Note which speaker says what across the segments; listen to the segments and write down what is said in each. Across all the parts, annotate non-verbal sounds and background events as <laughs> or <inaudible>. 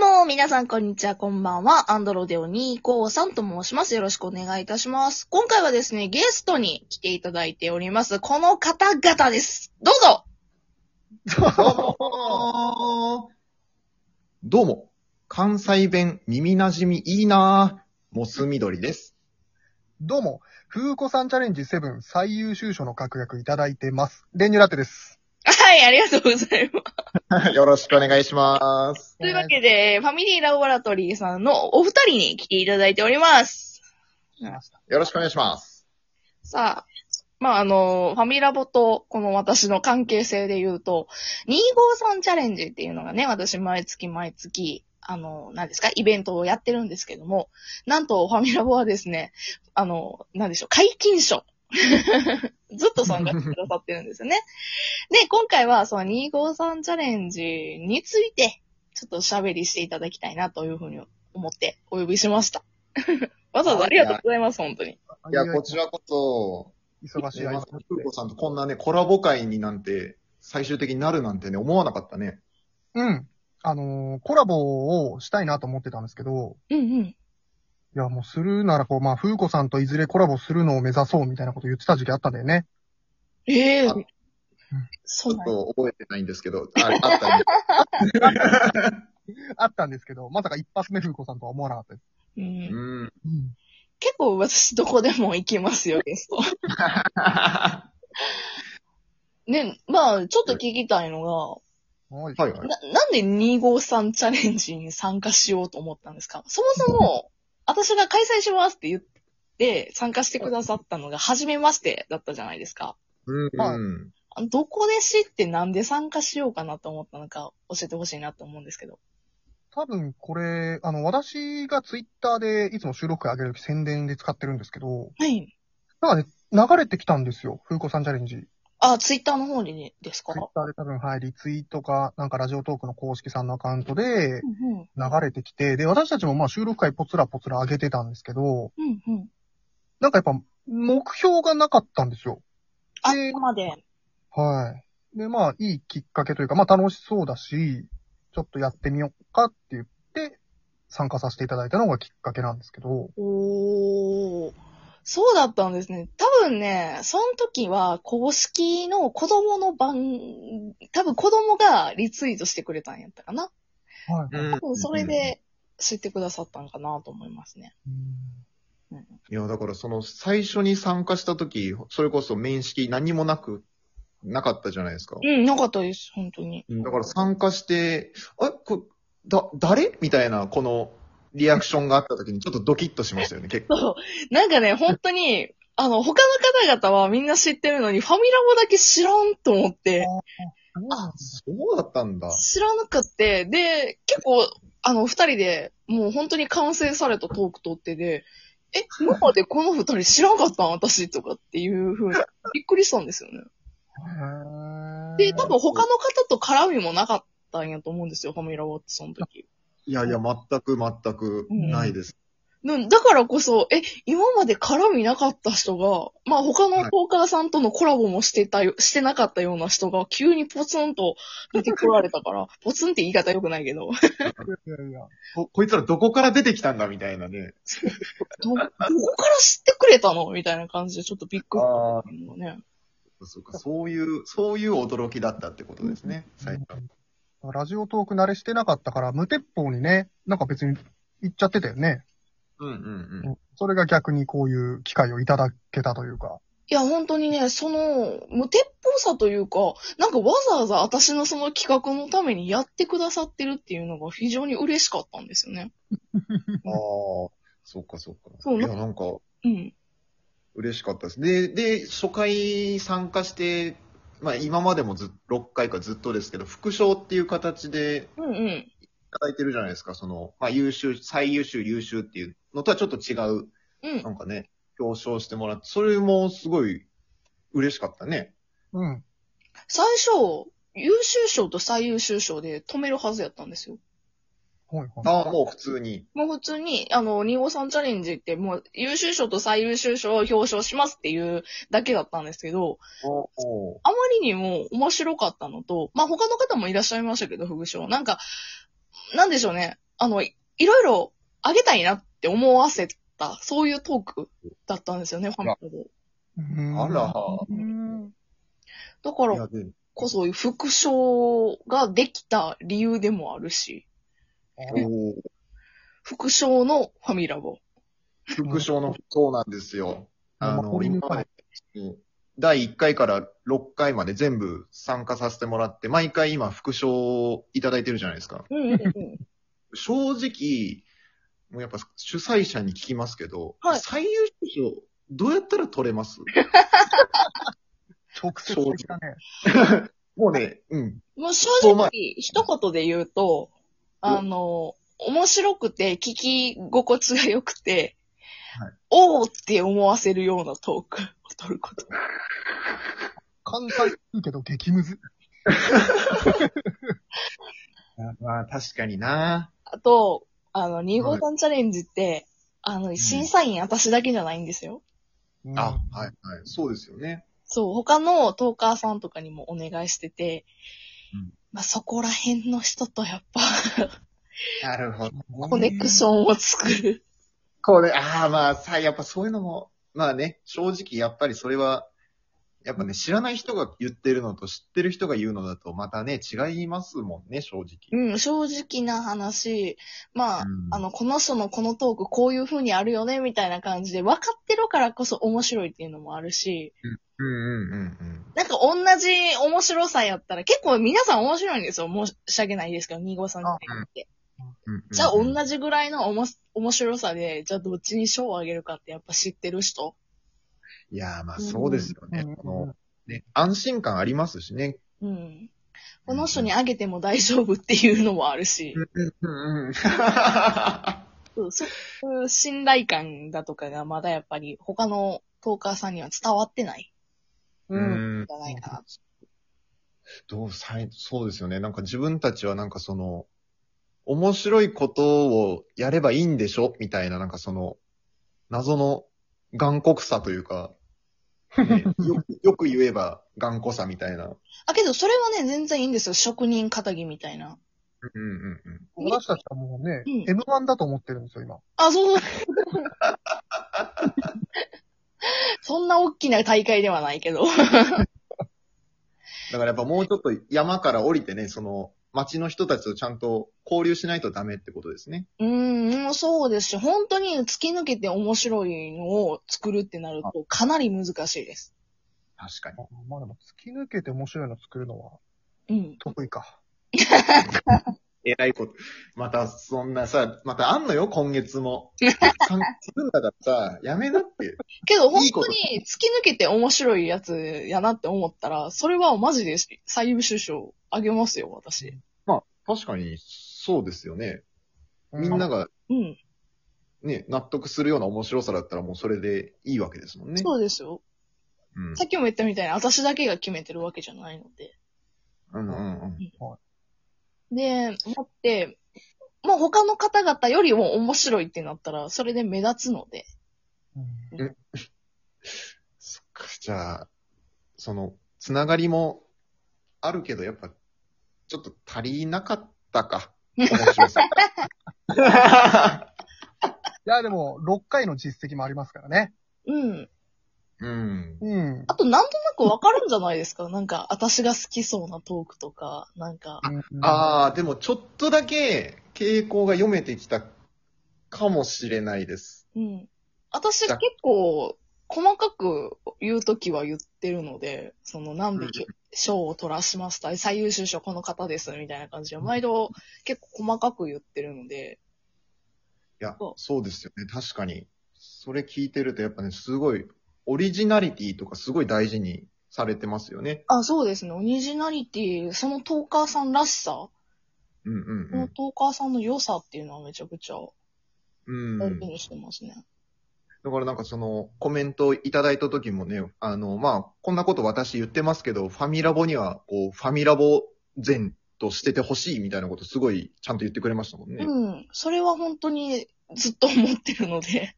Speaker 1: も、皆さん、こんにちは、こんばんは。アンドロデオ253と申します。よろしくお願いいたします。今回はですね、ゲストに来ていただいております。この方々です。どうぞ
Speaker 2: <laughs> どうも、関西弁耳馴染みいいなぁ、モス緑です。
Speaker 3: どうも、風子さんチャレンジ7最優秀賞の確約いただいてます。練乳ラテです。
Speaker 1: はい、ありがとうございます。
Speaker 2: <laughs> よろしくお願いします。
Speaker 1: というわけで、ファミリーラボラトリーさんのお二人に来ていただいております。
Speaker 2: よろしくお願いします。
Speaker 1: さあ、まあ、あの、ファミラボと、この私の関係性で言うと、253チャレンジっていうのがね、私毎月毎月、あの、何ですか、イベントをやってるんですけども、なんとファミラボはですね、あの、何でしょう、解禁書。 <laughs> ずっと参加してくださってるんですよね。で、今回はその253チャレンジについて、ちょっと喋りしていただきたいなというふうに思ってお呼びしました。わざわざありがとうございます、本当に。
Speaker 2: いや、こちらこそ、
Speaker 3: 忙しい
Speaker 2: ねま
Speaker 3: 間
Speaker 2: さか風子さんとこんなね、コラボ会になんて、最終的になるなんてね、思わなかったね。
Speaker 3: うん。あのーコラボをしたいなと思ってたんですけど、
Speaker 1: うんうん。
Speaker 3: いや、もうするならこう、まあ、風子さんといずれコラボするのを目指そうみたいなこと言ってた時期あったんだよね。
Speaker 1: ええ
Speaker 2: あ
Speaker 1: そ
Speaker 2: ち
Speaker 1: うな
Speaker 2: ょっ
Speaker 1: んだ
Speaker 2: と覚えてないんですけど、ああったんで
Speaker 3: あったんですけど、まさか一発目風子さんとは思わなかったです。
Speaker 2: <laughs>
Speaker 1: うん
Speaker 2: うん。
Speaker 3: うん。
Speaker 1: 結構私どこでも行きます
Speaker 2: <laughs>
Speaker 1: よ、ゲスト。
Speaker 2: は
Speaker 1: ね、まあ、ちょっと聞きたいの
Speaker 3: はい
Speaker 2: い。は
Speaker 1: が、
Speaker 2: い。
Speaker 1: な、なんで253チャレンジに参加しようと思ったんですかそもそも、私が開催しますって言って、参加してくださったのが、初めましてだったじゃないですか。
Speaker 2: うん、
Speaker 3: はい
Speaker 2: うん。
Speaker 1: どこで知ってなんで参加しようかなと思ったのか、教えてほしいなと思うんですけど。
Speaker 3: 多分これ、あの、私がツイッターでいつも収録会上げるとき宣伝で使ってるんですけど、
Speaker 1: はい。
Speaker 3: なんかね、流れてきたんですよ。風子さんチャレンジ。
Speaker 1: あ、ツイッターの方にねですか
Speaker 3: ツイッターで多分、はい、リツイートか、なんかラジオトークの公式さんのアカウントで
Speaker 1: うんうん。
Speaker 3: 流れてきて、で、私たちもまあ収録回ポツラポツラ上げてたんですけど、
Speaker 1: うんうん。
Speaker 3: なんかやっぱ目標がなかったんですよ。
Speaker 1: あ、
Speaker 3: で
Speaker 1: ここまで。
Speaker 3: はい。で、まあいいきっかけというか、まあ楽しそうだし、ちょっとやってみようかって言って、参加させていただいたのがきっかけなんですけど、
Speaker 1: おー。そうだったんですね。多分ね、その時は公式の子供の番、多分子供がリツイートしてくれたんやったかな。
Speaker 3: はい。
Speaker 2: うん
Speaker 1: 多分それで知ってくださったんかなと思いますね。
Speaker 2: いや、だからその最初に参加した時、それこそ面識何もなく、なかったじゃないですか。
Speaker 1: うん、なかったです、本当に。
Speaker 2: だから参加して、あ、こだ、誰みたいな、この、リアクションがあった時にちょっとドキッとしま <laughs> したよね、結構。
Speaker 1: そう。なんかね、本当に、あの、他の方々はみんな知ってるのに、ファミラボだけ知らんと思って、
Speaker 2: あ、そうだったんだ。
Speaker 1: 知らなくって、で、結構、あの、二人で、もう本当に完成されたトークとってで、え、今までこの二人知らんかったん私とかっていう風に、 <laughs> びっくりしたんですよね。で、多分他の方と絡みもなかったんやと思うんですよ、ファミラワってその時。
Speaker 2: いやいや、全く全くないです。
Speaker 1: なだからこそ、え、今まで絡みなかった人が、まあ他のトーカーさんとのコラボもしてたよ、してなかったような人が急にポツンと出てこられたから、ポツンって言い方良くないけど、
Speaker 3: いやいや。
Speaker 2: こ、こいつらどこから出てきたんだみたいなね。
Speaker 1: ど、どこから知ってくれたのみたいな感じでちょっとびっくりし
Speaker 2: あ
Speaker 1: たのね。
Speaker 2: あ、そうか、そういう、そういう驚きだったってことですね、最初。
Speaker 3: ラジオトーク慣れしてなかったから、無鉄砲にね、なんか別に行っちゃってたよね。
Speaker 2: うんうん
Speaker 3: それが逆にこういう機会をいただけたというか。
Speaker 1: いや、本当にね、その、無鉄砲さというか、なんかわざわざ私のその企画のためにやってくださってるっていうのが非常に嬉しかったんですよね。
Speaker 2: うん。ああ、そうかそうか。
Speaker 1: そう
Speaker 2: い
Speaker 1: な
Speaker 2: や、なんか、
Speaker 1: うん。
Speaker 2: 嬉しかったです。で、で、初回参加して、まあ今までもずっ6回かずっとですけど、副賞っていう形で
Speaker 1: うんうん。
Speaker 2: いただいてるじゃないですか。その、まあ優秀、最優秀、優秀っていうのとはちょっと違う、
Speaker 1: うん
Speaker 2: な。んかね、表彰してもらって、それもすごい嬉しかったね。
Speaker 3: うん。
Speaker 1: 最初、優秀賞と最優秀賞で止めるはずやったんですよ。
Speaker 3: はいはい。
Speaker 2: ああ、もう普通に。
Speaker 1: もう普通に、あの、2 5 3チャレンジってもう優秀賞と最優秀賞を表彰しますっていうだけだったんですけど、
Speaker 2: おお
Speaker 1: あまりにも面白かったのと、まあ、他の方もいらっしゃいましたけど、副賞。なんか、なんでしょうね。あの、いいろいろあげたいなって思わせた、そういうトークだったんですよね、ファミコで。
Speaker 3: うん
Speaker 2: あら。、
Speaker 1: うんだから
Speaker 2: いやで
Speaker 1: こそ、副賞ができた理由でもあるし、
Speaker 2: おー
Speaker 1: 副賞のファミラボ。
Speaker 2: 副賞の、そうなんですよ。あ
Speaker 3: まあ
Speaker 2: の、
Speaker 3: 堀に
Speaker 2: 今
Speaker 3: 行かれ
Speaker 2: 第1回から6回まで全部参加させてもらって、毎回今副賞をいただいてるじゃないですか。
Speaker 1: うんうんうん。
Speaker 2: 正直、もうやっぱ主催者に聞きますけど、
Speaker 1: はい
Speaker 2: 最優秀賞、どうやったら取れ
Speaker 1: <laughs>
Speaker 2: ます
Speaker 3: 直接的だね。
Speaker 2: もうね、うん。
Speaker 1: もう正
Speaker 2: そうま
Speaker 1: 直、一言で言うと、あの、面白くて、聞き心地が良くて、
Speaker 2: はい
Speaker 1: おーって思わせるようなトークを <laughs> 取ること。
Speaker 3: 簡単いいけど激ムズ。
Speaker 2: まあ確かにな。
Speaker 1: あと、あの、2号館チャレンジって、あの、審査員私だけじゃないんですよ。
Speaker 2: あ、はい、はい。そうですよね。
Speaker 1: そう、他のトーカーさんとかにもお願いしてて、
Speaker 2: うん
Speaker 1: まあ、そこら辺の人とやっぱ、
Speaker 2: なるほど。
Speaker 1: コネクションを作る。
Speaker 2: これ、ああ、まあ、さ、やっぱそういうのも、まあね、正直やっぱりそれは、やっぱね、知らない人が言ってるのと知ってる人が言うのだと、またね、違いますもんね、正直。
Speaker 1: うん、正直な話。まあ、
Speaker 2: うん
Speaker 1: あの、この人のこのトークこういう風にあるよね、みたいな感じで、分かってるからこそ面白いっていうのもあるし、
Speaker 2: うんうんうんうん。
Speaker 1: なんか同じ面白さやったら、結構皆さん面白いんですよ。申し訳ないですけど、2号さんって。
Speaker 2: うんうん
Speaker 1: じゃあ同じぐらいのおも面白さで、じゃあどっちに賞をあげるかってやっぱ知ってる人。
Speaker 2: いやー、まあそうですよね。
Speaker 3: うん
Speaker 2: このね安心感ありますしね。
Speaker 1: うん。この人にあげても大丈夫っていうのもあるし、
Speaker 2: うんうん。
Speaker 1: そうそういう信頼感だとかがまだやっぱり他のトーカーさんには伝わってない
Speaker 3: うんん。
Speaker 1: んじゃないかな。
Speaker 2: どうさい、そうですよね。なんか自分たちはなんかその、面白いことをやればいいんでしょみたいな、なんかその、謎の頑固さというか、 <laughs> ねよくよく言えば頑固さみたいな。
Speaker 1: あ、けどそれはね、全然いいんですよ。職人仇みたいな。
Speaker 2: うんうんうん。
Speaker 3: 私たちはもうね、
Speaker 1: うん
Speaker 3: M1 だと思ってるんですよ、今。
Speaker 1: あ、そう。 <laughs> そんな大きな大会ではないけど。
Speaker 2: だからやっぱもうちょっと山から降りてね、その、町の人たちとちゃんと交流しないとダメってことですね。
Speaker 1: うん、もうそうですし、本当に突き抜けて面白いのを作るってなると、かなり難しいです。
Speaker 2: 確かに。
Speaker 3: まあでも、突き抜けて面白いの作るのは
Speaker 1: うん。
Speaker 3: 得意か。
Speaker 2: えらいこと。また、そんなさ、またあんのよ、今月 <laughs> も。参加するんだからさ、やめなって。
Speaker 1: けど本
Speaker 2: いいこ
Speaker 1: 当
Speaker 2: と
Speaker 1: に突き抜けて面白いやつやなって思ったら、それはマジで最優秀賞あげますよ、私。
Speaker 2: まあ、確かに、そうですよね。
Speaker 3: う
Speaker 2: みんなが、
Speaker 1: うん。
Speaker 2: ね、納得するような面白さだったらもうそれでいいわけですもんね。
Speaker 1: そうですよ。
Speaker 2: うん
Speaker 1: さっきも言ったみたいに私だけが決めてるわけじゃないので。
Speaker 2: うんうんうん。
Speaker 1: で、思って、まあ他の方々よりも面白いってなったら、それで目立つので。
Speaker 3: うん
Speaker 2: そっか、じゃあ、その、つながりもあるけど、やっぱ、ちょっと足りなかったか。面白
Speaker 1: <laughs>
Speaker 2: さ。
Speaker 3: いや、でも、6回の実績もありますからね。
Speaker 1: うん。
Speaker 2: うん。
Speaker 3: うん。
Speaker 1: あとなんとなくわかるんじゃないです
Speaker 2: <laughs>
Speaker 1: かなんか、私が好きそうなトークとか、なんか。
Speaker 3: あ。
Speaker 2: ああ、でもちょっとだけ傾向が読めてきたかもしれないです。
Speaker 1: うん。私
Speaker 2: だ
Speaker 1: 結構、細かく言うときは言ってるので、その何匹賞を取らしました、最優秀賞この方です、みたいな感じで、毎度結構細かく言ってるので、
Speaker 2: いや
Speaker 1: そ、
Speaker 2: そうですよね。確かに。それ聞いてるとやっぱね、すごい、オリジナリティとかすごい大事にされてますよね。
Speaker 1: あ、そうですね。オリジナリティ、そのトーカーさんらしさ、
Speaker 2: うん
Speaker 1: このトーカーさんの良さっていうのはめちゃくちゃ
Speaker 2: うんうん。
Speaker 1: 大
Speaker 2: うん
Speaker 1: 事にしてますね。
Speaker 2: だからなんかそのコメントをいただいた時もね、あの、まあ、こんなこと私言ってますけど、ファミラボには、こう、ファミラボ前としててほしいみたいなことすごいちゃんと言ってくれましたもんね。
Speaker 1: うん。それは本当にずっと思ってるの
Speaker 2: <laughs>
Speaker 1: で。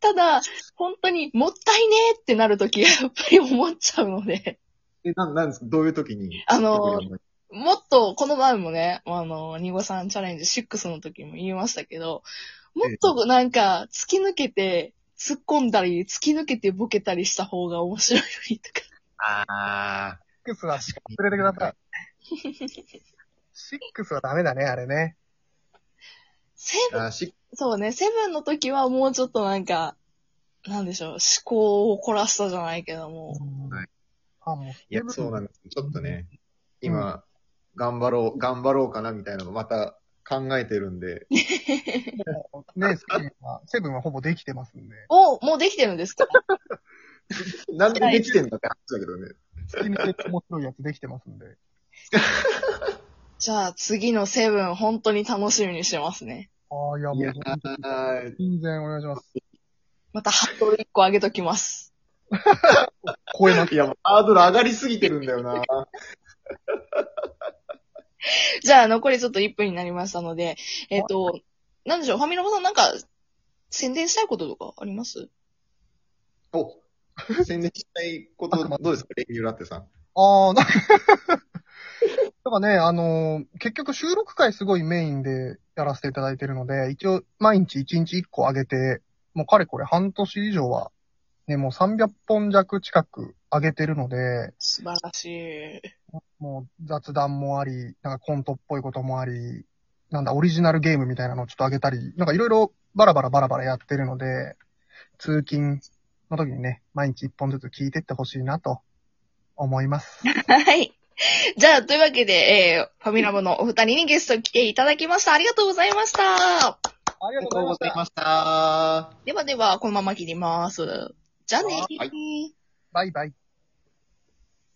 Speaker 1: ただ、本当にもったいねーってなるときやっぱり思っちゃうので。
Speaker 2: え、なん、なんですかどういう時に
Speaker 1: あの
Speaker 2: 特に思い
Speaker 1: もっと、この前もね、あの、ニゴさんチャレンジ6の時も言いましたけど、もっとなんか、突き抜けて、突っ込んだり、突き抜けてボケたりした方が面白いのにとか。
Speaker 2: ああ。
Speaker 3: シックスは
Speaker 2: 確かに
Speaker 3: 忘れてください。 <laughs> シックスはダメだね、あれね。
Speaker 1: セブン、
Speaker 2: あーし
Speaker 1: そうね、セブンの時はもうちょっとなんか、なんでしょう、思考を凝らしたじゃないけども。
Speaker 2: はい
Speaker 3: あ、もう。
Speaker 2: いや、そうなんです。ちょっとね、今、頑張ろう、頑張ろうかなみたいなのまた考えてるんで、
Speaker 3: ね、セブンは、セブンはほぼできてますんで。
Speaker 1: お、もうできてるんですか <laughs>
Speaker 2: なんでできてんだって話だけどね。
Speaker 3: 突き抜けて面白いやつできてますんで。
Speaker 1: じゃあ次のセブン本当に楽しみにしてますね。
Speaker 3: ああ、いや、
Speaker 2: い
Speaker 3: も
Speaker 2: や
Speaker 3: う、
Speaker 2: ー、
Speaker 3: 全然お願いします。
Speaker 1: またハードル1個上げときます。
Speaker 3: 超えます。
Speaker 2: いや、もうハードル上がりすぎてるんだよな。
Speaker 1: じゃあ残りちょっと1分になりましたので、えっ、と、なんでしょう、ファミラボさんなんか宣伝したいこととかあります
Speaker 2: お、 <laughs> 宣伝したいこと、どうですかレギュラーってさん。
Speaker 3: ああ、なんか、 <laughs> だからね、あのー結局収録回すごいメインでやらせていただいてるので、一応毎日1日1個上げて、もうかれこれ半年以上は、ね、もう300本弱近く上げてるので、
Speaker 1: 素晴らしい。
Speaker 3: もう雑談もあり、なんかコントっぽいこともあり、なんだ、オリジナルゲームみたいなのをちょっと上げたり、なんかいろいろバラバラバラバラやってるので、通勤の時にね、毎日1本ずつ聞いてってほしいなと思います。
Speaker 1: はい。じゃあ、というわけで、えー、ファミラボのお二人にゲストに来ていただきました。ありがとうございました。
Speaker 3: あり
Speaker 2: ありがとうございました。
Speaker 1: ではでは、このまま切ります。じゃあね
Speaker 2: はい
Speaker 1: ー
Speaker 3: バイバイ。